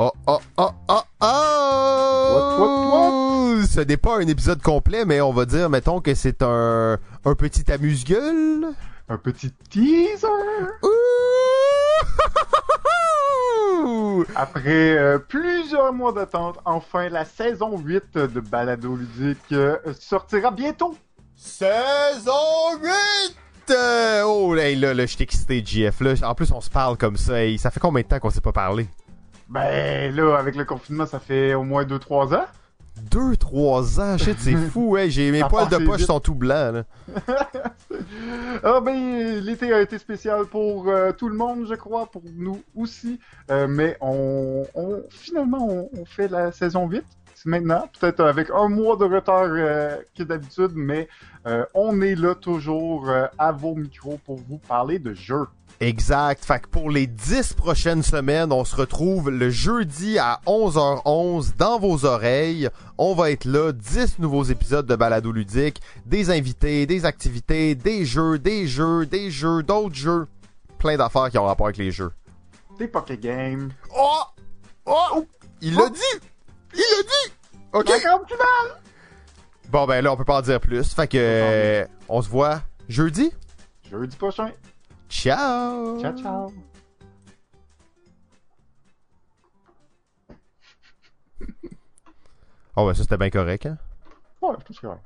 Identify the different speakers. Speaker 1: Oh, oh, oh, oh, oh! Ce n'est pas un épisode complet, mais on va dire, mettons, que c'est un, un petit amuse-gueule.
Speaker 2: Un petit teaser.
Speaker 1: Ouh!
Speaker 2: Après euh, plusieurs mois d'attente, enfin la saison 8 de Balado Ludique euh, sortira bientôt.
Speaker 1: Saison 8! Euh, Oh, hey, là, là, je suis excité, JF. Là, en plus, on se parle comme ça. Hey, ça fait combien de temps qu'on s'est pas parlé?
Speaker 2: Ben là, avec le confinement, ça fait au moins 2-3 ans.
Speaker 1: Deux, trois ans, shit, c'est fou, ouais. J'ai mes
Speaker 2: Ça
Speaker 1: poils de
Speaker 2: passe
Speaker 1: poche
Speaker 2: vite.
Speaker 1: sont tout blancs. Là.
Speaker 2: Ah ben, l'été a été spécial pour euh, tout le monde, je crois, pour nous aussi. Euh, mais on, on- finalement, on, on fait la saison 8. C'est maintenant, peut-être avec un mois de retard euh, que d'habitude, mais euh, on est là toujours euh, à vos micros pour vous parler de jeux.
Speaker 1: Exact. Fait que pour les 10 prochaines semaines, on se retrouve le jeudi à 11h11 dans vos oreilles. On va être là, 10 nouveaux épisodes de Balado Ludique, des invités, des activités, des jeux, des jeux, des jeux, d'autres jeux. Plein d'affaires qui ont rapport avec les jeux.
Speaker 2: Des Poké Games.
Speaker 1: Oh! Oh! Il l'a dit! Il l'a dit! OK!
Speaker 2: D'accord, petit mal!
Speaker 1: Bon, ben là, on peut pas en dire plus. Fait que, euh, on se voit jeudi.
Speaker 2: Jeudi prochain.
Speaker 1: Ciao!
Speaker 2: Ciao, ciao.
Speaker 1: Oh, ben ça, c'était bien correct, hein? Oh, ben
Speaker 2: Ouais, je pense que ouais.